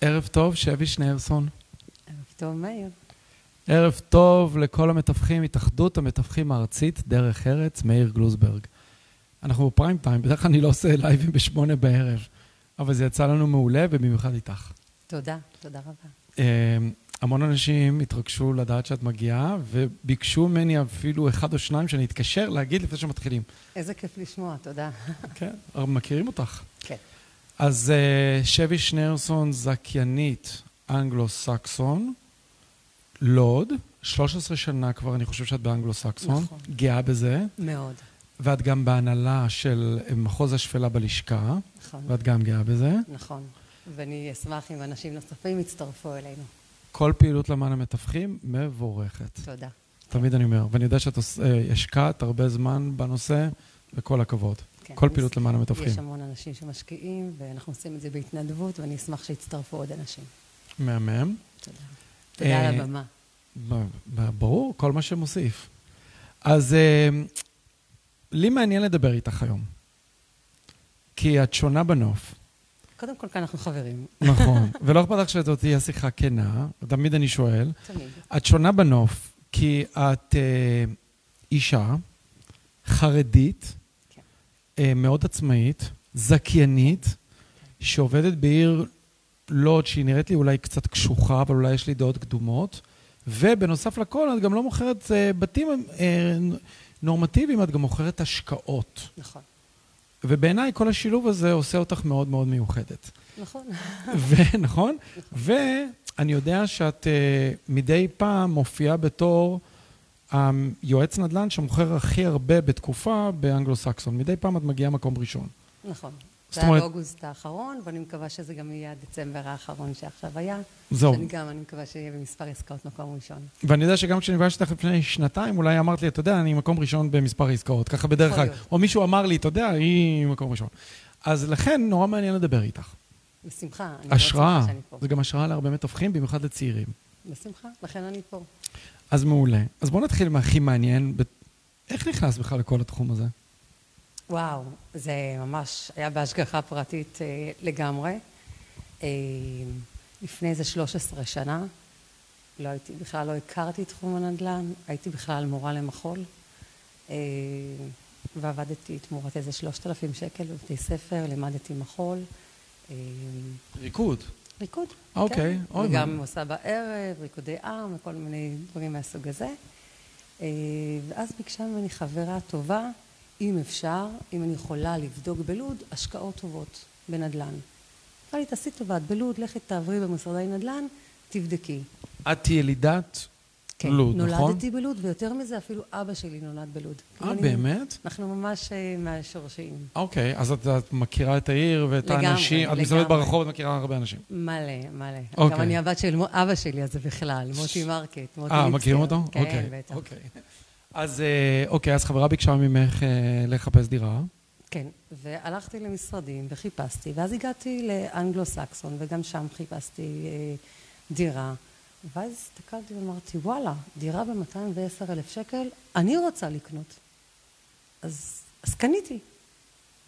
ערב טוב, שבי שניירסון. ערב טוב, מאיר. ערב טוב לכל המתווכים, התאחדות המתווכים הארצית, דרך ארץ, מאיר גלוזברג. אנחנו בפריים טיים, בדרך כלל אני לא עושה לייבים בשמונה בערב, אבל זה יצא לנו מעולה, ובמיוחד איתך. תודה, תודה רבה. אה, המון אנשים התרגשו לדעת שאת מגיעה, וביקשו ממני אפילו אחד או שניים שאני אתקשר להגיד לפני שמתחילים. איזה כיף לשמוע, תודה. כן, אבל מכירים אותך. כן. אז אה, שבי שניאורסון, זכיינית אנגלו-סקסון, לוד, 13 שנה כבר, אני חושב שאת באנגלו-סקסון, נכון. גאה בזה, מאוד. ואת גם בהנהלה של אה, מחוז השפלה בלשכה, נכון. ואת גם גאה בזה. נכון. ואני אשמח אם אנשים נוספים יצטרפו אלינו. כל פעילות למען המתווכים, מבורכת. תודה. תמיד אני אומר, ואני יודע שאת עוש- אה, השקעת הרבה זמן בנושא, וכל הכבוד. כן. כל פעילות למען המתווכים. יש המון אנשים שמשקיעים, ואנחנו עושים את זה בהתנדבות, ואני אשמח שיצטרפו עוד אנשים. מהמם. תודה. תודה אה, על הבמה. ב- ב- ברור, כל מה שמוסיף. אז אה, לי מעניין לדבר איתך היום, כי את שונה בנוף, קודם כל, כאן אנחנו חברים. נכון, ולא אכפת לך שזאת תהיה שיחה כנה, תמיד אני שואל. תמיד. את שונה בנוף, כי את אה, אישה, חרדית, כן. אה, מאוד עצמאית, זכיינית, שעובדת בעיר לוד, שהיא נראית לי אולי קצת קשוחה, אבל אולי יש לי דעות קדומות. ובנוסף לכל, את גם לא מוכרת אה, בתים אה, נורמטיביים, את גם מוכרת השקעות. נכון. ובעיניי כל השילוב הזה עושה אותך מאוד מאוד מיוחדת. נכון. ו- נכון? ואני יודע שאת אה, מדי פעם מופיעה בתור היועץ נדל"ן שמוכר הכי הרבה בתקופה באנגלו-סקסון. מדי פעם את מגיעה מקום ראשון. נכון. זאת זה היה אומרת- באוגוסט האחרון, ואני מקווה שזה גם יהיה הדצמבר האחרון שעכשיו היה. זהו. שאני גם, אני מקווה שיהיה במספר עסקאות מקום ראשון. ואני יודע שגם כשנפגשתי איתך לפני שנתיים, אולי אמרת לי, אתה יודע, אני מקום ראשון במספר העסקאות, ככה בדרך יכול כלל. להיות. או מישהו אמר לי, אתה יודע, היא מקום ראשון. אז לכן נורא מעניין לדבר איתך. בשמחה. אני מאוד השראה, שמחה שאני פה. זה גם השראה להרבה מתווכים, במיוחד לצעירים. בשמחה, לכן אני פה. אז מעולה. אז בואו נתחיל מהכי מעניין. ב- איך נכנס בכלל לכל התחום הזה? וואו, זה ממש היה בהשגחה פרטית אה, לגמרי. אה, לפני איזה 13 שנה, לא הייתי, בכלל לא הכרתי את תחום הנדל"ן, הייתי בכלל מורה למחול, אה, ועבדתי תמורת איזה 3,000 שקל בבתי ספר, לימדתי מחול. אה, ריקוד. ריקוד. אוקיי, כן. אוי, וגם מה. עושה בערב, ריקודי עם וכל מיני דברים מהסוג הזה. אה, ואז ביקשה ממני חברה טובה, אם אפשר, אם אני יכולה לבדוק בלוד, השקעות טובות בנדל"ן. אמרה לי, תעשי טובה, את בלוד, לכי תעברי במשרדי נדל"ן, תבדקי. את ילידת כן, לוד, נולדתי נכון? נולדתי בלוד, ויותר מזה, אפילו אבא שלי נולד בלוד. כאילו אה, אני- באמת? אנחנו ממש אה, מהשורשיים. אוקיי, אז את, את מכירה את העיר ואת לגמרי, האנשים, את לגמרי. מסתובבת ברחוב, את מכירה הרבה אנשים. מלא, מלא. אוקיי. גם אני הבת של מו- אבא שלי, אז זה בכלל, מוטי מרקט, מוטי אה, ליצקר. מכירים אותו? כן, אוקיי, בטח. אוקיי. אז אה, אוקיי, אז חברה ביקשה ממך אה, לחפש דירה. כן, והלכתי למשרדים וחיפשתי, ואז הגעתי לאנגלו-סקסון, וגם שם חיפשתי אה, דירה. ואז הסתכלתי ואמרתי, וואלה, דירה ב-210 אלף שקל, אני רוצה לקנות. אז, אז קניתי.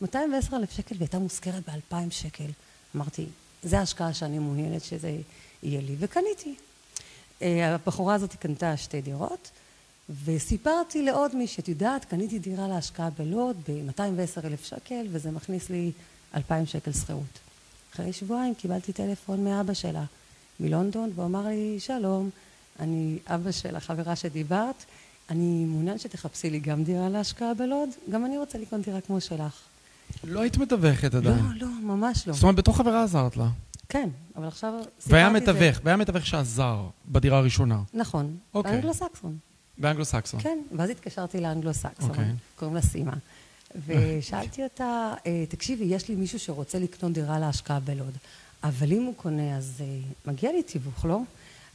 210 אלף שקל, והייתה מושכרת ב-2,000 שקל. אמרתי, זו ההשקעה שאני מעוניינת שזה יהיה לי, וקניתי. אה, הבחורה הזאת קנתה שתי דירות, וסיפרתי לעוד מי שאת יודעת, קניתי דירה להשקעה בלוד ב-210 אלף שקל, וזה מכניס לי 2,000 שקל שכירות. אחרי שבועיים קיבלתי טלפון מאבא שלה מלונדון, והוא אמר לי, שלום, אני אבא של החברה שדיברת, אני מעוניין שתחפשי לי גם דירה להשקעה בלוד, גם אני רוצה לקנות דירה כמו שלך. לא היית מתווכת לא, עדיין. לא, ממש לא. זאת אומרת, בתור חברה עזרת לה. כן, אבל עכשיו סיפרתי את זה. והיה מתווך, והיה מתווך שעזר בדירה הראשונה, נכון, אוקיי. באנגלו-סקסון. באנגלו-סקסון. כן, ואז התקשרתי לאנגלו-סקסון, אוקיי. קוראים לה סימה. ושאלתי אותה, "אה, תקשיבי, יש לי מישהו שרוצה לקנות דירה להשקעה בלוד, אבל אם הוא קונה, אז אה, מגיע לי תיווך, לא?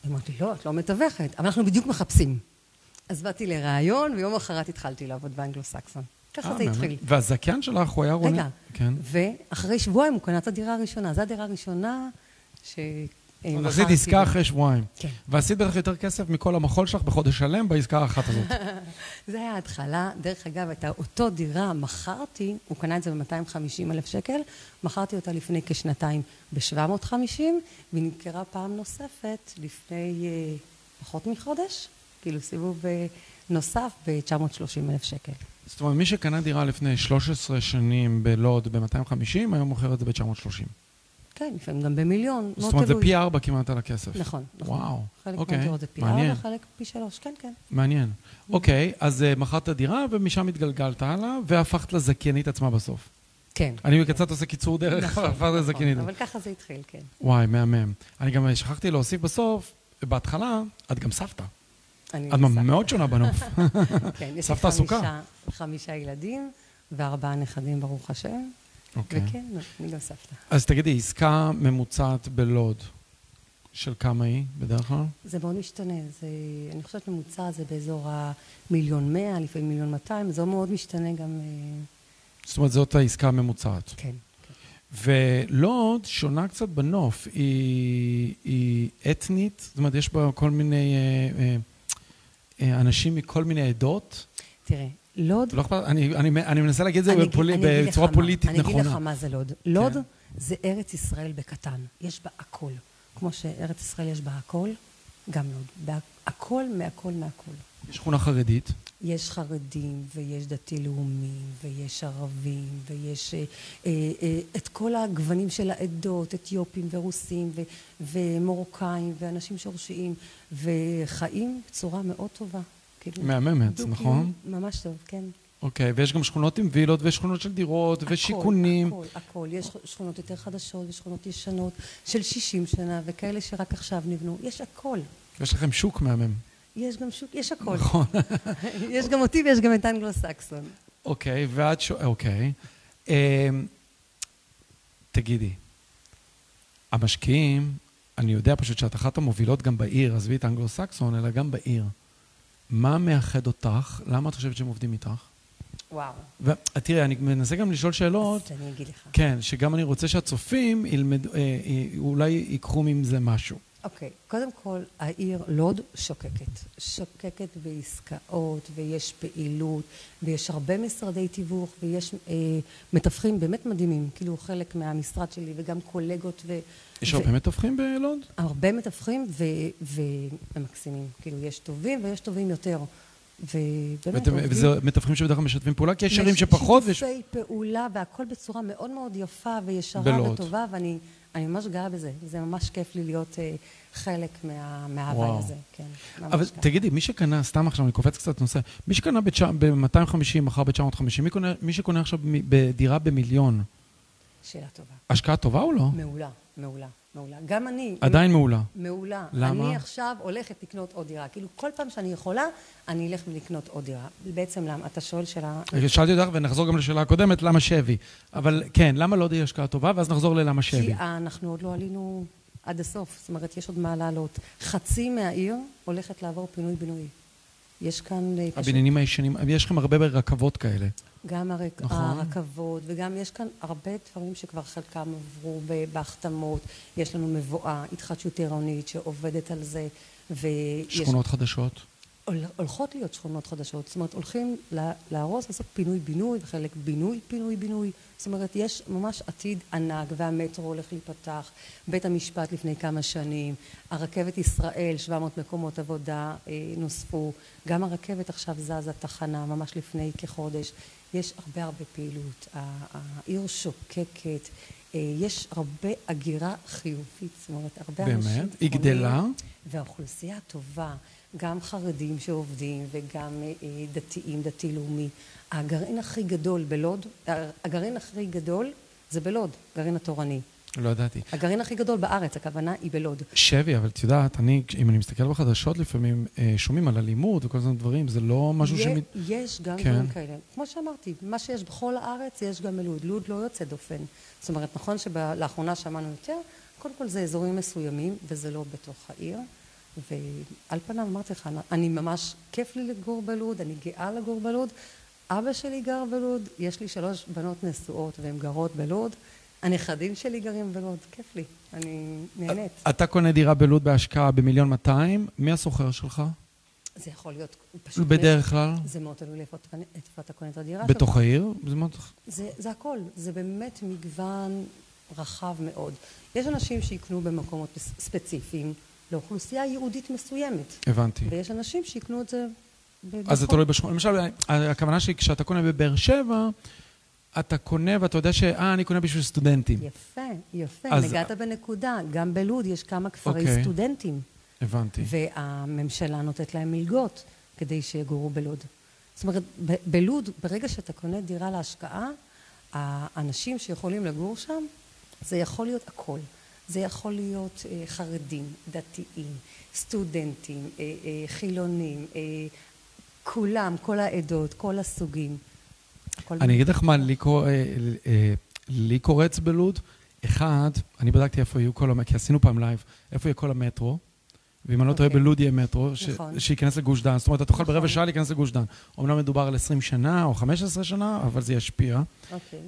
היא אמרת לי, לא, את לא מתווכת, אבל אנחנו בדיוק מחפשים. אז באתי לראיון, ויום אחרת התחלתי לעבוד באנגלו-סקסון. ככה אה, זה מהמם. התחיל. והזכיין שלך, הוא היה רוני... רגע, כן. ואחרי שבועיים הוא קנה את הדירה הראשונה. זו הדירה הראשונה ש... אה, אז מכרתי עשית עסקה ב- אחרי שבועיים. כן. ועשית בטח יותר כסף מכל המחול שלך בחודש שלם בעסקה האחת הזאת. זה היה ההתחלה. דרך אגב, את אותו דירה מכרתי, הוא קנה את זה ב-250 אלף שקל, מכרתי אותה לפני כשנתיים ב-750, והיא נמכרה פעם נוספת לפני אה, פחות מחודש, כאילו סיבוב אה, נוסף ב-930 אלף שקל. זאת אומרת, מי שקנה דירה לפני 13 שנים בלוד ב-250, היום מוכר את זה ב-930. כן, לפעמים גם במיליון, מאוד תלוי. זאת אומרת, זה פי ארבע כמעט על הכסף. נכון, נכון. וואו, חלק אוקיי, מהדירות זה פי ארבע, מעניין, חלק פי שלוש, כן, כן. מעניין. אוקיי, אז אה, מכרת דירה ומשם התגלגלת הלאה, והפכת לזכיינית עצמה בסוף. כן. אני בקצת עושה קיצור דרך, אבל הפכת לזכיינית. נכון, אבל ככה זה התחיל, כן. וואי, מהמם. אני גם שכחתי להוסיף בסוף, בהתחלה, את גם סבתא. אני את סבתא. מאוד שונה בנוף. כן, יש לי סבתא עסוקה. חמישה- חמישה ילדים וארבעה נכדים, ברוך השם. אוקיי. וכן, לא, אני גם סבתא. אז תגידי, עסקה ממוצעת בלוד, של כמה היא בדרך כלל? זה מאוד משתנה, זה, אני חושבת ממוצע זה באזור המיליון מאה, לפעמים מיליון מאתיים, זה מאוד משתנה גם, אה, זאת אומרת, זאת העסקה הממוצעת. כן. ולוד שונה קצת בנוף, היא, היא אתנית, זאת אומרת, יש בה כל מיני אה, אה, אה, אנשים מכל מיני עדות. תראה, לוד... לא אכפת, אני, אני, אני מנסה להגיד את זה אני אגיד- בפול- אני אגיד בצורה לך מה- פוליטית אני אגיד לך נכונה. מה זה לוד. לוד כן. זה ארץ ישראל בקטן, יש בה הכל. כמו שארץ ישראל יש בה הכל, גם לוד. בה- הכל מהכל מהכל. יש שכונה חרדית, יש חרדים, ויש דתי-לאומי, ויש ערבים, ויש אה, אה, אה, את כל הגוונים של העדות, אתיופים ורוסים ו, ומרוקאים ואנשים שורשיים, וחיים בצורה מאוד טובה. כאילו, מהממת, דו-קיום נכון? ממש טוב, כן. אוקיי, ויש גם שכונות עם וילות ושכונות של דירות ושיכונים. הכל, הכל, הכל. יש שכונות יותר חדשות ושכונות ישנות של 60 שנה, וכאלה שרק עכשיו נבנו. יש הכל. יש לכם שוק מהמם. יש גם שוק, יש הכל. נכון. יש גם אותי ויש גם את אנגלו-סקסון. אוקיי, ואת ש... אוקיי. אה, תגידי, המשקיעים, אני יודע פשוט שאת אחת המובילות גם בעיר, עזבי את אנגלו-סקסון, אלא גם בעיר. מה מאחד אותך? למה את חושבת שהם עובדים איתך? וואו. ותראי, אני מנסה גם לשאול שאלות, אז אני אגיד לך. כן, שגם אני רוצה שהצופים ילמדו, אה, אה, אולי ייקחו מזה משהו. אוקיי, קודם כל, העיר לוד שוקקת. שוקקת בעסקאות, ויש פעילות, ויש הרבה משרדי תיווך, ויש אה, מתווכים באמת מדהימים, כאילו חלק מהמשרד שלי, וגם קולגות, ו... יש ו- הרבה מתווכים בלוד? הרבה מתווכים, ו... והם מקסימים. כאילו, יש טובים ויש טובים יותר. ובאמת... ואתם- עובדים- וזה מתווכים שבדרך כלל משתפים פעולה, כי יש ערים יש שפחות, ויש... שיתופי פעולה והכל בצורה מאוד מאוד יפה וישרה בלוד. וטובה, ואני אני ממש גאה בזה. זה ממש כיף לי להיות אה, חלק מה, וואו. מההווי הזה. כן, ממש אבל ככה. תגידי, מי שקנה, סתם עכשיו, אני קופץ קצת נושא, מי שקנה ב-250, מכר ב-950, מי, קונה- מי שקונה עכשיו מ- בדירה במיליון, שאלה טובה. השקעה טובה או לא? מעולה, מעולה, מעולה. גם אני... עדיין מעולה. מעולה. למה? אני עכשיו הולכת לקנות עוד דירה. כאילו, כל פעם שאני יכולה, אני אלך ולקנות עוד דירה. בעצם למה? אתה שואל שאלה... שאלתי אותך, ונחזור גם לשאלה הקודמת, למה שבי? אבל כן, למה לא תהיה השקעה טובה, ואז נחזור ללמה כי שבי. אנחנו עוד לא עלינו עד הסוף, זאת אומרת, יש עוד מה לעלות. חצי מהעיר הולכת לעבור פינוי-בינוי. יש כאן אה, פשוט הבניינים הישנים, יש לכם הרבה רכבות כאלה. גם הרק... נכון. נכון. הרכבות, וגם יש כאן הרבה דברים שכבר חלקם עברו ב- בהחתמות. יש לנו מבואה, התחדשות עירונית שעובדת על זה, ויש... שכונות חדשות. הול- הולכות להיות שכונות חדשות, זאת אומרת, הולכים לה- להרוס, לעשות פינוי-בינוי, וחלק בינוי-פינוי-בינוי. זאת אומרת, יש ממש עתיד ענק, והמטרו הולך להיפתח, בית המשפט לפני כמה שנים, הרכבת ישראל, 700 מקומות עבודה אה, נוספו, גם הרכבת עכשיו זזה תחנה, ממש לפני כחודש. יש הרבה הרבה פעילות, ה- העיר שוקקת, אה, יש הרבה הגירה חיובית, זאת אומרת, הרבה אנשים... באמת? היא פונים. גדלה? והאוכלוסייה הטובה, גם חרדים שעובדים וגם אה, אה, דתיים, דתי-לאומי. הגרעין הכי גדול בלוד, אה, הגרעין הכי גדול זה בלוד, הגרעין התורני. לא ידעתי. הגרעין הכי גדול בארץ, הכוונה היא בלוד. שבי, אבל את יודעת, אני, אם אני מסתכל בחדשות לפעמים, אה, שומעים על אלימות וכל מיני דברים, זה לא משהו יה- שמ... יש גם כן. דברים כאלה. כמו שאמרתי, מה שיש בכל הארץ, יש גם בלוד. לוד לא יוצא דופן. זאת אומרת, נכון שלאחרונה שמענו יותר, קודם כל זה אזורים מסוימים, וזה לא בתוך העיר. ועל פניו אמרתי לך, אני- אני ממש, כיף לי לגור בלוד, אני גאה לגור בלוד. אבא שלי גר בלוד, יש לי שלוש בנות נשואות והן גרות בלוד, הנכדים שלי גרים בלוד, כיף לי, אני נהנית. אתה קונה דירה בלוד בהשקעה במיליון 200, מי הסוחר שלך? זה יכול להיות פשוט... בדרך כלל? זה מאוד תלוי לאיפה אתה קונה- איפה אתה קונה את הדירה שלך. בתוך העיר? זה מאוד... זה, זה הכל, זה באמת מגוון רחב מאוד. יש אנשים שיקנו במקומות פס- ספציפיים לאוכלוסייה יהודית מסוימת, הבנתי. ויש אנשים שיקנו את זה... ב- אז זה בכל- תלוי בשכונה. למשל, הכוונה שלי, כשאתה קונה בבאר שבע, אתה קונה ואתה יודע ש... אה, אני קונה בשביל סטודנטים. יפה, יפה, אז- נגעת בנקודה. גם בלוד יש כמה כפרי אוקיי. סטודנטים, הבנתי. והממשלה נותנת להם מלגות כדי שיגורו בלוד. זאת אומרת, ב- בלוד, ברגע שאתה קונה דירה להשקעה, האנשים שיכולים לגור שם, זה יכול להיות הכל. זה יכול להיות אה, חרדים, דתיים, סטודנטים, אה, אה, חילונים, אה, כולם, כל העדות, כל הסוגים. הכל אני אגיד לך מה לי קור- אה, אה, לי קורץ בלוד. אחד, אני בדקתי איפה יהיו כל המטרו, כי עשינו פעם לייב, איפה יהיה כל המטרו, ואם אני לא טועה אוקיי. בלוד יהיה מטרו, ש- נכון. שייכנס לגוש דן. זאת אומרת, אתה תוכל ברבע נכון. שעה להיכנס לגוש דן. אומנם מדובר על 20 שנה או 15 שנה, אבל זה ישפיע. אוקיי.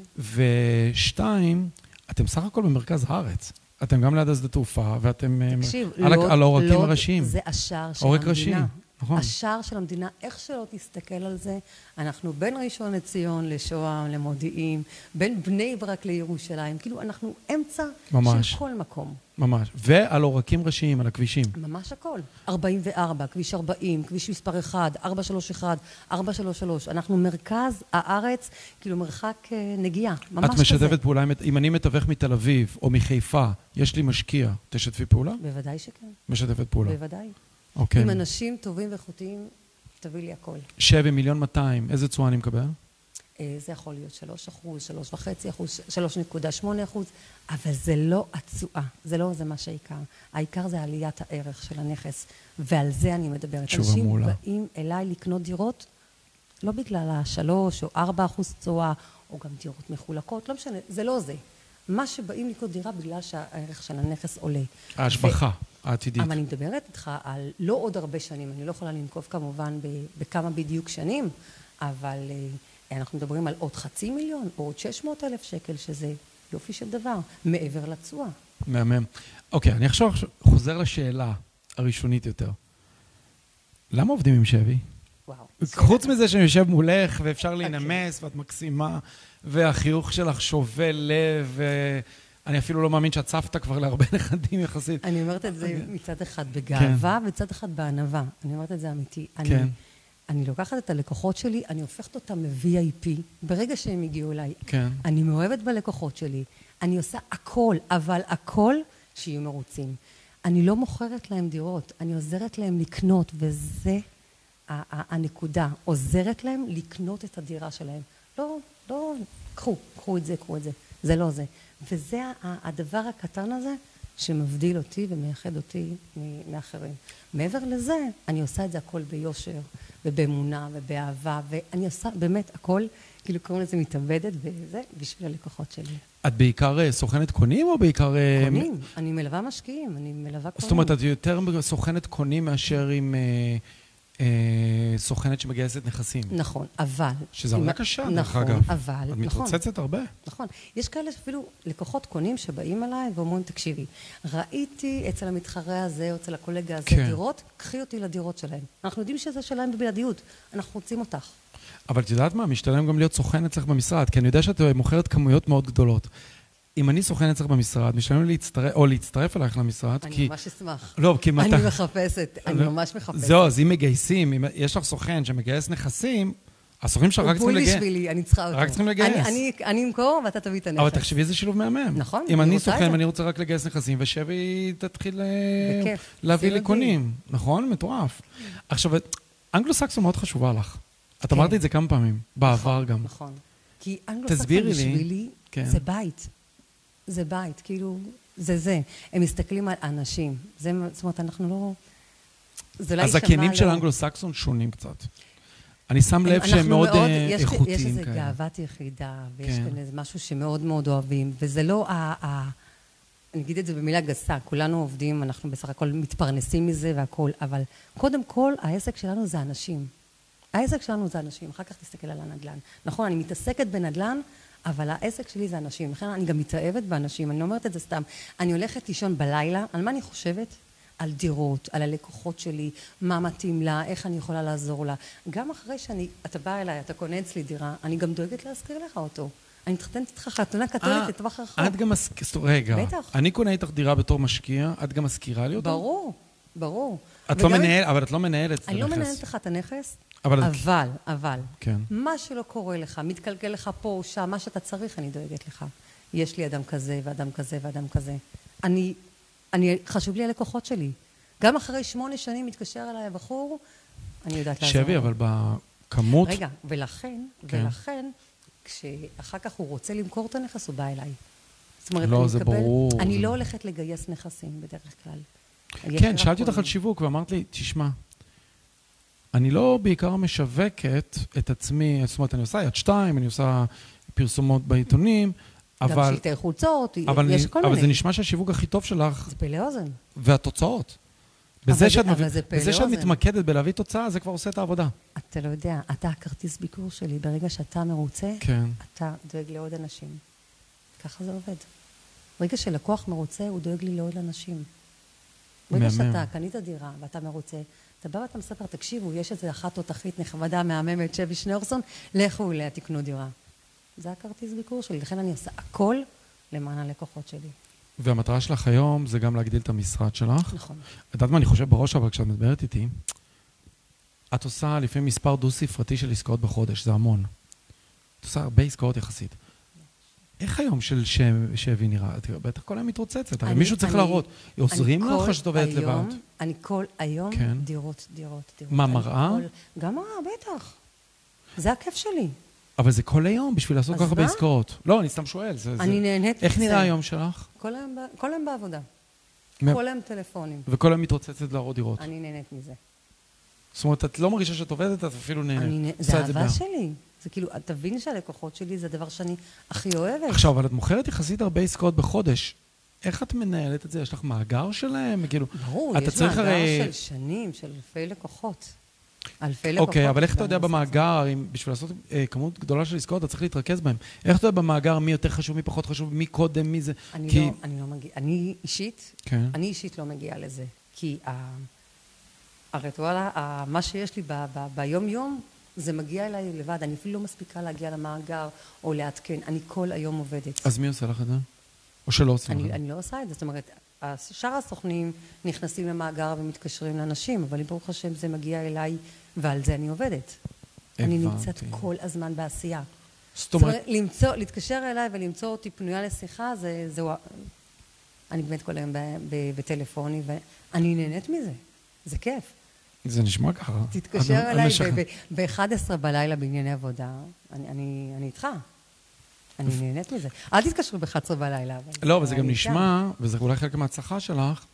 ושתיים, אתם סך הכל במרכז הארץ. אתם גם ליד השדה תעופה, ואתם אה, תקשיב, על, לוד, ה- על העורקים לוד הראשיים. זה השער של עורק המדינה. ראשי, נכון. השער של המדינה, איך שלא תסתכל על זה, אנחנו בין ראשון לציון לשוהם, למודיעין, בין בני ברק לירושלים, כאילו אנחנו אמצע ממש. של כל מקום. ממש. ועל עורקים ראשיים, על הכבישים. ממש הכל. 44, כביש 40, כביש מספר 1, 431, 433. אנחנו מרכז הארץ, כאילו מרחק אה, נגיעה. ממש את משתפת כזה. פעולה, עם- אם אני מתווך מתל אביב או מחיפה, יש לי משקיע, תשתפי פעולה? בוודאי שכן, משתפת פעולה. בוודאי. אוקיי. עם אנשים טובים ואיכותיים, תביא לי הכל. שב עם מיליון 200, איזה תשואה אני מקבל? אה, זה יכול להיות 3 אחוז, 3.5 אחוז, 3.8 אחוז, אבל זה לא התשואה, זה לא זה מה שהעיקר. העיקר זה עליית הערך של הנכס, ועל זה אני מדברת. תשובה אנשים מעולה. באים אליי לקנות דירות, לא בגלל השלוש או ארבע אחוז תשואה, או גם כן. דירות מחולקות, לא משנה, זה לא זה. מה שבאים לקנות דירה בגלל שהערך של הנכס עולה. ההשבחה העתידית. אבל אני מדברת איתך על לא עוד הרבה שנים, אני לא יכולה לנקוב כמובן ב- בכמה בדיוק שנים, אבל אה, אנחנו מדברים על עוד חצי מיליון או עוד 600 אלף שקל, שזה יופי של דבר, מעבר לתשואה. מהמם. אוקיי, אני עכשיו עכשיו חוזר לשאלה הראשונית יותר. למה עובדים עם שבי? וואו. חוץ מזה שאני יושב מולך, ואפשר להינמס, ואת מקסימה, והחיוך שלך שובה לב, ואני אפילו לא מאמין שאת סבתא כבר להרבה נכדים יחסית. אני אומרת את זה אוקיי. מצד אחד כן. בגאווה, מצד אחד בענווה. אני אומרת את זה אמיתי. אני- כן. אני לוקחת את הלקוחות שלי, אני הופכת אותם ל-VIP ברגע שהם הגיעו אליי. כן. אני מאוהבת בלקוחות שלי, אני עושה הכל, אבל הכל שיהיו מרוצים. אני לא מוכרת להם דירות, אני עוזרת להם לקנות, וזה ה- ה- הנקודה, עוזרת להם לקנות את הדירה שלהם. לא, לא, קחו, קחו את זה, קחו את זה. זה לא זה. וזה ה- ה- הדבר הקטן הזה שמבדיל אותי ומייחד אותי מ- מאחרים. מעבר לזה, אני עושה את זה הכל ביושר, ובאמונה, ובאהבה, ואני עושה באמת הכל, כאילו קוראים לזה מתאבדת, וזה בשביל הלקוחות שלי. את בעיקר אה, סוכנת קונים או בעיקר... אה, קונים, אני מלווה משקיעים, אני מלווה קונים. זאת אומרת, את יותר סוכנת קונים מאשר עם אה, אה, סוכנת שמגייסת נכסים. נכון, אבל... שזה אם- עבודה קשה, דרך נכון, אגב. אבל, את נכון. מתרוצצת הרבה. נכון. יש כאלה שאפילו לקוחות קונים שבאים אליי ואומרים, תקשיבי, ראיתי אצל המתחרה הזה או אצל הקולגה הזה כן. כן. דירות, קחי אותי לדירות שלהם. אנחנו יודעים שזה שלהם בבלעדיות, אנחנו רוצים אותך. אבל את יודעת מה? משתלם גם להיות סוכן אצלך במשרד, כי אני יודע שאת אה, מוכרת כמויות מאוד גדולות. אם אני סוכן אצלך במשרד, משלם לי להצטרף, או להצטרף אלייך למשרד, אני כי... ממש אשמח. לא, כי אם אני אתה- לא, מחפשת, אני ממש מחפשת. זהו, אז אם מגייסים, אם יש לך סוכן שמגייס נכסים, הסוכנים שלך הוא רק צריכים בול לגייס. בשבילי, אני צריכה אותו. רק צריכים לגייס. אני- אני- אני אמכור ואתה תביא את הנכס. אבל תחשבי איזה שילוב מהמם. נכון, אם אני אני רוצה את סוכן זה. ואני רוצה רק לגייס נכסים, ושבי תתחיל אה, בכיף, להביא לי סיעודי. קונים, נכון? מטורף. עכשיו, אנגלו סקסון מאוד חשובה לך. את כן. אמרת את זה כמה פעמים, בעבר גם. נכון. כי תסבירי אנגלוסקסון לי. בשבילי כן. זה בית. זה בית, כאילו, זה זה. הם מסתכלים על אנשים. זה, זאת אומרת, אנחנו לא... זה אולי יישמע הזכיינים לא- של אנגלו סקסון שונים קצת. אני שם לב אנחנו שהם מאוד אה, יש- יש איכותיים איזו כאלה. גאוות יחידה, ויש כן. כאן איזה משהו שמאוד מאוד אוהבים, וזה לא ה... ה אני אגיד את זה במילה גסה, כולנו עובדים, אנחנו בסך הכל מתפרנסים מזה והכול, אבל קודם כל, העסק שלנו זה אנשים. העסק שלנו זה אנשים, אחר כך תסתכל על הנדל"ן. נכון, אני מתעסקת בנדל"ן, אבל העסק שלי זה אנשים, לכן אני גם מתאהבת באנשים, אני לא אומרת את זה סתם. אני הולכת לישון בלילה, על מה אני חושבת? על דירות, על הלקוחות שלי, מה מתאים לה, איך אני יכולה לעזור לה. גם אחרי שאני, אתה בא אליי, אתה קונה אצלי דירה, אני גם דואגת להזכיר לך אותו. אני מתחתנת איתך חתונה קתולית לטווח רחוק. אה, את גם מזכירה, רגע, בטח. אני קונה איתך דירה בתור משקיע, את גם מזכירה לי אותה? ברור, ברור. את לא וגם- מנהל, אבל את לא מנהלת את אני לא הנכס. מנהלת לך את הנכס, אבל- אבל, אבל, כן. מה שלא קורה לך, מתקלקל לך פה או שם, מה שאתה צריך, אני דואגת לך. יש לי אדם כזה, ואדם כזה, ואדם כזה. אני, אני, חשוב לי הלקוחות שלי. גם אחרי שמונה שנים מתקשר אליי הבחור, אני יודעת לעזור. שבי, לו. אבל בכמות... רגע, ולכן, כן. כן. ולכן, כשאחר כך הוא רוצה למכור את הנכס, הוא בא אליי. זאת אומרת, לא, אני זה מקבל... ברור. אני זה- לא הולכת לגייס נכסים בדרך כלל. כן, יש שאלתי רק אותך על קונים. שיווק ואמרת לי, תשמע, אני לא בעיקר משווקת את עצמי, זאת אומרת, אני עושה יד שתיים, אני עושה פרסומות בעיתונים, גם אבל... שלטי חולצות, אבל, יש אני- כל אבל מיני. זה נשמע שהשיווק הכי טוב שלך זה פלא אוזן. והתוצאות. אבל בזה זה- שאת, אבל מביא- זה פלא בזה שאת אוזן. מתמקדת בלהביא תוצאה, זה כבר עושה את העבודה. אתה לא יודע, אתה הכרטיס ביקור שלי. ברגע שאתה מרוצה, כן. אתה דואג לעוד אנשים. ככה זה עובד. ברגע שלקוח מרוצה, הוא דואג לי לעוד אנשים. ברגע מהמם. שאתה קנית דירה ואתה מרוצה, אתה בא ואתה מספר, תקשיבו, יש איזה אחת תותחית נחמדה, מהממת, שבי שניאורסון, לכו אליה, תקנו דירה. זה הכרטיס ביקור שלי, לכן אני עושה הכל למען הלקוחות שלי. והמטרה שלך היום זה גם להגדיל את המשרד שלך. נכון. את יודעת מה אני חושב בראש, אבל כשאת מדברת איתי, את עושה לפעמים מספר דו-ספרתי של עסקאות בחודש, זה המון. את עושה הרבה עסקאות יחסית. איך היום של ש- שבי נראה? את בטח כל היום מתרוצצת, הרי אני- מישהו צריך אני- להראות. עוזרים אני לך כל או שאת עובדת לבד? היום- אני כל היום כן. דירות, דירות, דירות. מה, אני מראה? כל- גם מראה, בטח. זה הכיף שלי. אבל זה כל היום בשביל לעשות אז כל כך הרבה מה? עסקאות. לא, אני סתם שואל. זה- זה- אני נהנית איך נראה מזה. היום שלך? כל היום, ב- כל היום בעבודה. מה- כל היום טלפונים. וכל היום מתרוצצת להראות דירות. אני נהנית מזה. זאת אומרת, את לא מרגישה שאת עובדת, את אפילו אני נה- נהנית. זה עושה את אהבה בא- שלי. זה כאילו, תבין שהלקוחות שלי זה הדבר שאני הכי אוהבת. עכשיו, אבל את מוכרת יחסית הרבה עסקאות בחודש. איך את מנהלת את זה? יש לך מאגר שלהם? כאילו, ברור, אתה יש צריך מאגר הרי- של שנים, של אלפי לקוחות. אלפי לקוחות. אוקיי, אבל איך אתה יודע ואני עושה את זה. במאגר, אם בשביל לעשות אה, כמות גדולה של עסקאות, אתה צריך להתרכז בהם. איך אתה יודע במאגר מי יותר חשוב, מי פחות חשוב, מי קודם, מי זה? אני כי- לא- אני לא מגיעה, אני אישית, כן. אני אישית לא מגיעה לזה. כי ה- הריטואל, ה- מה שיש לי ב- ב- ביום-יום, זה מגיע אליי לבד. אני אפילו לא מספיקה להגיע למאגר או לעדכן. אני כל היום עובדת. אז מי עושה לך את זה? או שלא עושים לך את אני, זה? אני לא עושה את זה, זאת אומרת, הס- שאר הסוכנים נכנסים למאגר ומתקשרים לאנשים, אבל ברוך השם זה מגיע אליי, ועל זה אני עובדת. אני הבנתי. נמצאת כל הזמן בעשייה. זאת זאת אומרת, אומרת, למצוא, להתקשר אליי ולמצוא אותי פנויה לשיחה, זה... זה ווא- אני באמת כל היום ב- ב- בטלפוני, ואני נהנית מזה, זה כיף. זה נשמע ככה. תתקשר את- את אליי משכנעת. ב-11 בלילה בענייני עבודה, אני, אני, אני איתך. אני נהנית מזה. אל תתקשרו ב-11 בלילה. אבל- לא, אבל זה גם אני איתם. נשמע, וזה אולי חלק מההצלחה שלך,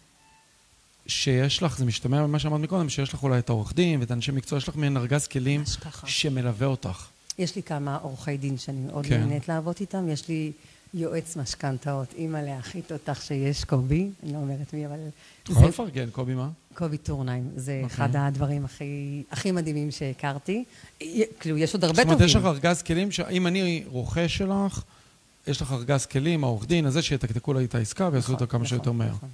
שיש לך, זה משתמע ממה שאמרת מקודם, שיש לך אולי את העורך דין ואת אנשי מקצוע, יש לך מעין ארגז כלים ממש ככה. שמלווה אותך. יש לי כמה עורכי דין שאני מאוד כן. כן. נהנית לעבוד איתם, יש לי יועץ משכנתאות, אימא'לה, הכי תותח שיש, קובי, אני לא אומרת מי, אבל... את נכון? יכולה לפרגן, כן, קובי, מה? קובי טורניים, זה אוקיי. okay. אחד הדברים הכי, הכי מדהימים שהכרתי. י- כאילו, יש עוד הרבה זאת טובים. אומרת, יש לך ארגז כלים, שאם אני רוכש שלך, יש לך ארגז כלים, העורך דין הזה, שיתקתקו לה את העסקה ויעשו נכון, אותה כמה נכון, שיותר מהר. נכון.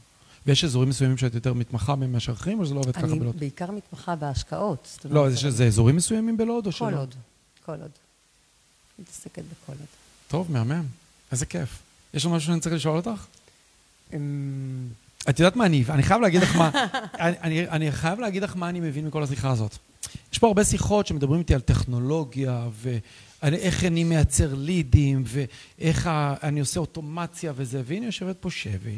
ויש אזורים מסוימים שאת יותר מתמחה ממה שאחרים, או שזה לא עובד ככה אני בלוד? בעיקר מתמחה בהשקעות. זאת לא, אומרת, יש איזה אזורים מסוימים בלוד או שלא? כל עוד, כל עוד. מתעסקת בכל עוד. טוב, מהמם. איזה כיף. יש לנו משהו שאני צריך לשאול אותך? אמ, את יודעת מה אני, אני חייב להגיד לך מה, אני, אני, אני חייב להגיד לך מה אני מבין מכל השיחה הזאת. יש פה הרבה שיחות שמדברים איתי על טכנולוגיה, ואיך אני מייצר לידים, ואיך ה, אני עושה אוטומציה וזה, והנה יושבת פה שבי,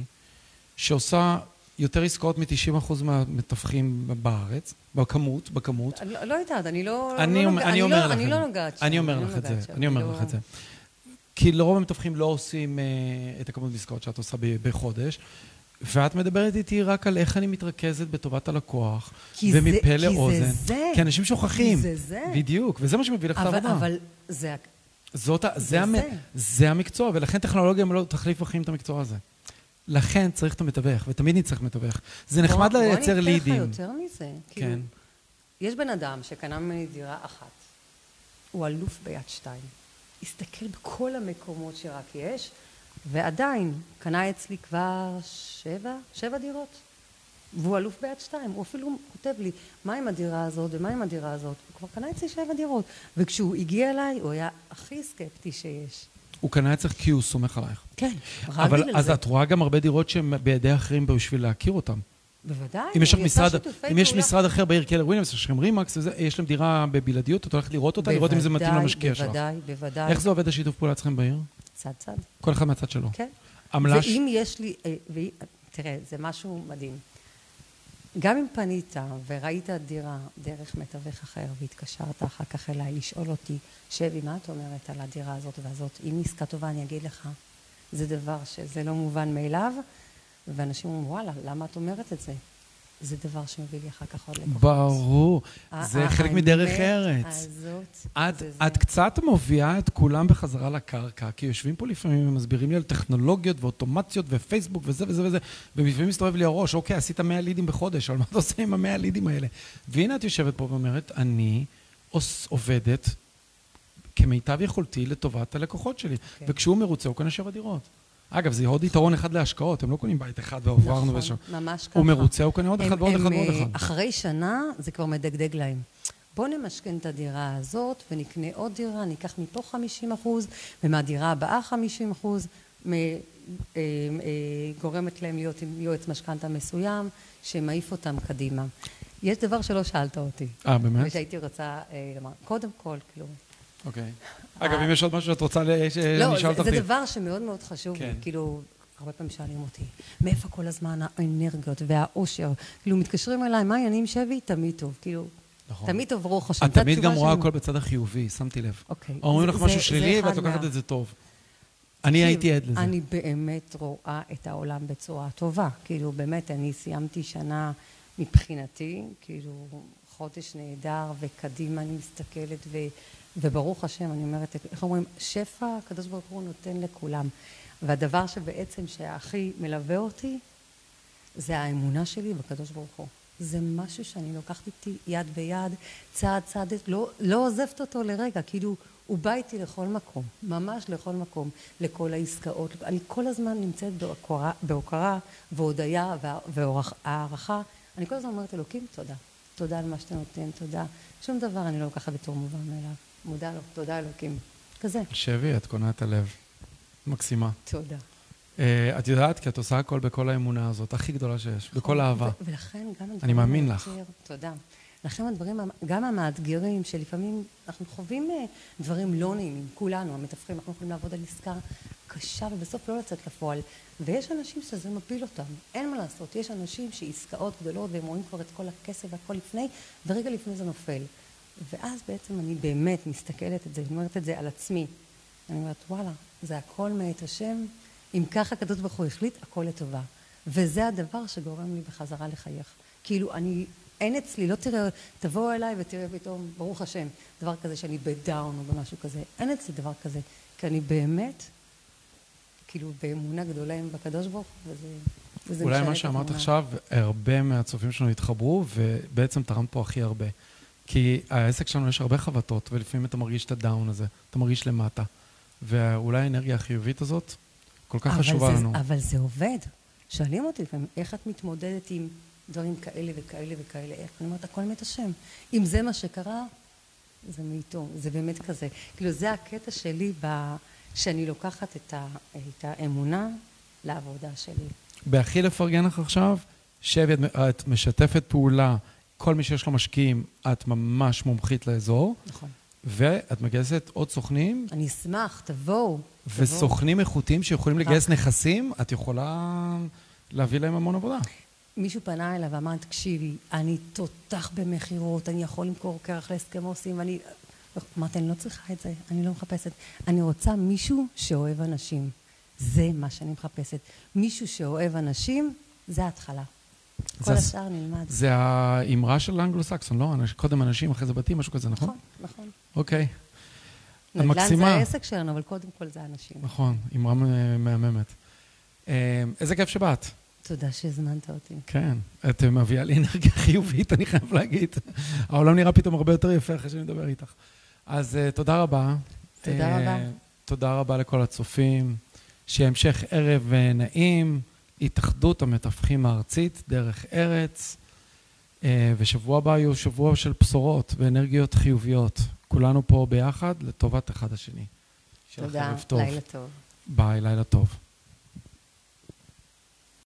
שעושה יותר עסקאות מ-90% מהמתווכים בארץ, בכמות, בכמות. אני לא, לא יודעת, אני לא... אני לא אומר- נוגע- אני לא- אומר לך אני את לא זה. נוגעת שם. אני אומר לך את זה, נוגעת שם, אני אומר לא- לך את זה. כי לרוב המתווכים לא עושים אה, את הכמות בעסקאות שאת עושה ב- בחודש, ואת מדברת איתי רק על איך אני מתרכזת בטובת הלקוח, כי זה- ומפה כי זה לאוזן. זה. כי אנשים שוכחים. כי זה זה. בדיוק, וזה מה שמביא לך את אבל, העבודה. אבל זה... ה- זאת, ה- זה, זה המ... זה. זה המקצוע, ולכן טכנולוגיה לא תחליף בחיים את המקצוע הזה. לכן צריך את המתווך, ותמיד נצטרך מתווך. זה נחמד בוא- לייצר בוא אני לידים. אתן לך יותר מזה. כאילו, כן. יש בן אדם שקנה ממני דירה אחת, הוא אלוף ביד שתיים. הסתכל בכל המקומות שרק יש, ועדיין, קנה אצלי כבר שבע, שבע דירות. והוא אלוף ביד שתיים, הוא אפילו כותב לי, מה עם הדירה הזאת ומה עם הדירה הזאת? הוא כבר קנה אצלי שבע דירות. וכשהוא הגיע אליי, הוא היה הכי סקפטי שיש. הוא קנה אצלך כי הוא סומך עלייך. כן, רק אבל בגלל אז זה. את רואה גם הרבה דירות שהן בידי אחרים בשביל להכיר אותן. בוודאי, אם יש לך אני עושה משרד, אה, שיתופי אם יש פעולה. משרד אחר בעיר קלר וויליאמס, יש לכם רימקס, וזה, יש להם דירה בבלעדיות, את הולכת לראות אותה, לראות אם זה מתאים בוודאי, למשקיע שלך. בוודאי, בוודאי. איך זה עובד השיתוף פעולה אצלכם בעיר? צד צד, כל אחד מהצד שלו. כן. עמלה ש- ואם יש לי, אה, ו- תראה, זה משהו מדהים. גם אם פנית וראית דירה דרך מתווך אחר והתקשרת אחר כך אליי לשאול אותי, שבי, מה את אומרת על הדירה הזאת והזאת? אם היא עסקה טובה, אני אגיד לך. זה דבר שזה לא מובן מאליו, ואנשים אומרים, וואלה, למה את אומרת את זה? זה דבר שמביא לי אחר כך עוד לקוחות. ברור, זה ה- חלק מדרך האמת ארץ. הזאת, את, זה זה. את קצת מביאה את כולם בחזרה לקרקע, כי יושבים פה לפעמים ומסבירים לי על טכנולוגיות ואוטומציות ופייסבוק וזה וזה וזה, ולפעמים מסתובב לי הראש, אוקיי, עשית 100 לידים בחודש, אבל מה אתה עושה עם ה-100 לידים האלה? והנה את יושבת פה ואומרת, אני עוש- עובדת כמיטב יכולתי לטובת הלקוחות שלי, כן. וכשהוא מרוצה הוא קונה שבע דירות. אגב, זה עוד יתרון אחד להשקעות, הם לא קונים בית אחד ועברנו ושם. נכון, ממש ככה. הוא מרוצה, הוא קונה עוד אחד הם- ועוד הם, אחד ועוד אה, אחד. אחרי שנה זה כבר מדגדג להם. בואו נמשכן את הדירה הזאת ונקנה עוד דירה, ניקח מפה 50 אחוז ומהדירה הבאה 50 אחוז, אה, גורמת להם להיות עם יועץ משכנתה מסוים שמעיף אותם קדימה. יש דבר שלא שאלת אותי. אה, באמת? ושהייתי רוצה אה, לומר, קודם כל, כאילו, אוקיי. אגב, אם יש עוד משהו שאת רוצה, ל- ש- לא, אני אשאל אותך. זה, זה תראי. דבר שמאוד מאוד חשוב כן. לי. כאילו, הרבה פעמים שואלים אותי, מאיפה כל הזמן האנרגיות והאושר? כאילו, מתקשרים אליי, מה העניינים שבי? תמיד טוב. כאילו, נכון. תמיד טוב רוח השם. את זו תמיד התשובה גם רואה שלי. הכל בצד החיובי, שמתי לב. אוקיי. אומרים זה- לך זה- משהו זה שלילי אחד ואת לוקחת מה- את זה טוב. אני הייתי עד לזה. אני באמת רואה את העולם בצורה טובה. כאילו, באמת, אני סיימתי שנה מבחינתי, כאילו, חודש נהדר, וקדימה אני מסתכלת, ו, וברוך השם, אני אומרת, איך אומרים? שפע הקדוש ברוך הוא נותן לכולם. והדבר שבעצם שהכי מלווה אותי, זה האמונה שלי בקדוש ברוך הוא. זה משהו שאני לוקחת איתי יד ביד, צעד צעד, לא, לא עוזבת אותו לרגע, כאילו, הוא בא איתי לכל מקום, ממש לכל מקום, לכל העסקאות. אני כל הזמן נמצאת בהוקרה, בהוקרה והודיה וה- והערכה. הערכה. אני כל הזמן אומרת, אלוקים, תודה. תודה על מה שאתה נותן, תודה. שום דבר אני לא לוקחת בתור מובן מאליו. מודה לו, תודה אלוקים. כזה. שבי, את קונה את הלב. מקסימה. תודה. אה, את יודעת, כי את עושה הכל בכל האמונה הזאת, הכי גדולה שיש, בכל אהבה. נכון. ו- ולכן גם הדברים... מאמין לך. היותר- תודה. לכן הדברים, המ- גם המאתגרים, שלפעמים אנחנו חווים אה, דברים לא נעימים, כולנו, המתווכים, אנחנו יכולים לעבוד על עסקה קשה ובסוף לא לצאת לפועל. ויש אנשים שזה מפיל אותם, אין מה לעשות. יש אנשים שעסקאות גדולות והם רואים כבר את כל הכסף והכל לפני, ורגע לפני זה נופל. ואז בעצם אני באמת מסתכלת את זה, אומרת את זה על עצמי. אני אומרת, וואלה, זה הכל מאת השם, אם ככה הקדוש ברוך הוא החליט, הכל לטובה. וזה הדבר שגורם לי בחזרה לחייך. כאילו, אני, אין אצלי, לא תראה, תבואו אליי ותראה פתאום, ברוך השם, דבר כזה שאני בדאון או במשהו כזה. אין אצלי דבר כזה, כי אני באמת, כאילו, באמונה גדולה עם בקדוש ברוך הוא, וזה... וזה אולי משנה מה את שאמרת התמונה. עכשיו, הרבה מהצופים שלנו התחברו, ובעצם תרמת פה הכי הרבה. כי העסק שלנו יש הרבה חבטות, ולפעמים אתה מרגיש את הדאון הזה, אתה מרגיש למטה. ואולי האנרגיה החיובית הזאת כל כך אבל חשובה זה, לנו. אבל זה עובד. שואלים אותי לפעמים, איך את מתמודדת עם דברים כאלה וכאלה וכאלה? איך? אני אומרת, הכל מת השם. אם זה מה שקרה, זה מאיתו, זה באמת כזה. כאילו, זה הקטע שלי, ב... שאני לוקחת את, ה... את האמונה לעבודה שלי. בהכי לפרגן לך עכשיו, שבי, את- את משתפת פעולה, כל מי שיש לו משקיעים, את ממש מומחית לאזור, נכון. ואת מגייסת עוד סוכנים, אני אשמח, תבואו. תבואו. וסוכנים איכותיים שיכולים רק. לגייס נכסים, את יכולה להביא להם המון עבודה. מישהו פנה אליי ואמר, תקשיבי, אני תותח במכירות, אני יכול למכור קרח לאסקימוסים, אני... אמרתי, אני לא צריכה את זה, אני לא מחפשת. אני רוצה מישהו שאוהב אנשים. זה מה שאני מחפשת. מישהו שאוהב אנשים, זה ההתחלה. כל הס- השאר נלמד. זה האמרה של אנגלו-סקסון, לא? אנש- קודם אנשים, אחרי זה בתים, משהו כזה, נכון? נכון, נכון. אוקיי. נדל"ן זה מקסימה. העסק שלנו, אבל קודם כל זה האנשים. נכון, אמרה מ- מהממת. אה, איזה כיף שבאת. תודה שהזמנת אותי. כן, את מביאה לי אנרגיה חיובית, אני חייב להגיד. העולם נראה פתאום הרבה יותר יפה אחרי שאני מדבר איתך. אז אה, תודה רבה. תודה אה, רבה. תודה רבה לכל הצופים. שהמשך ערב אה, נעים, התאחדות המתווכים הארצית, דרך ארץ, אה, ושבוע הבא יהיו שבוע של בשורות ואנרגיות חיוביות. כולנו פה ביחד לטובת אחד השני. שיהיה לכם תודה, ערב טוב. לילה טוב. ביי, לילה טוב.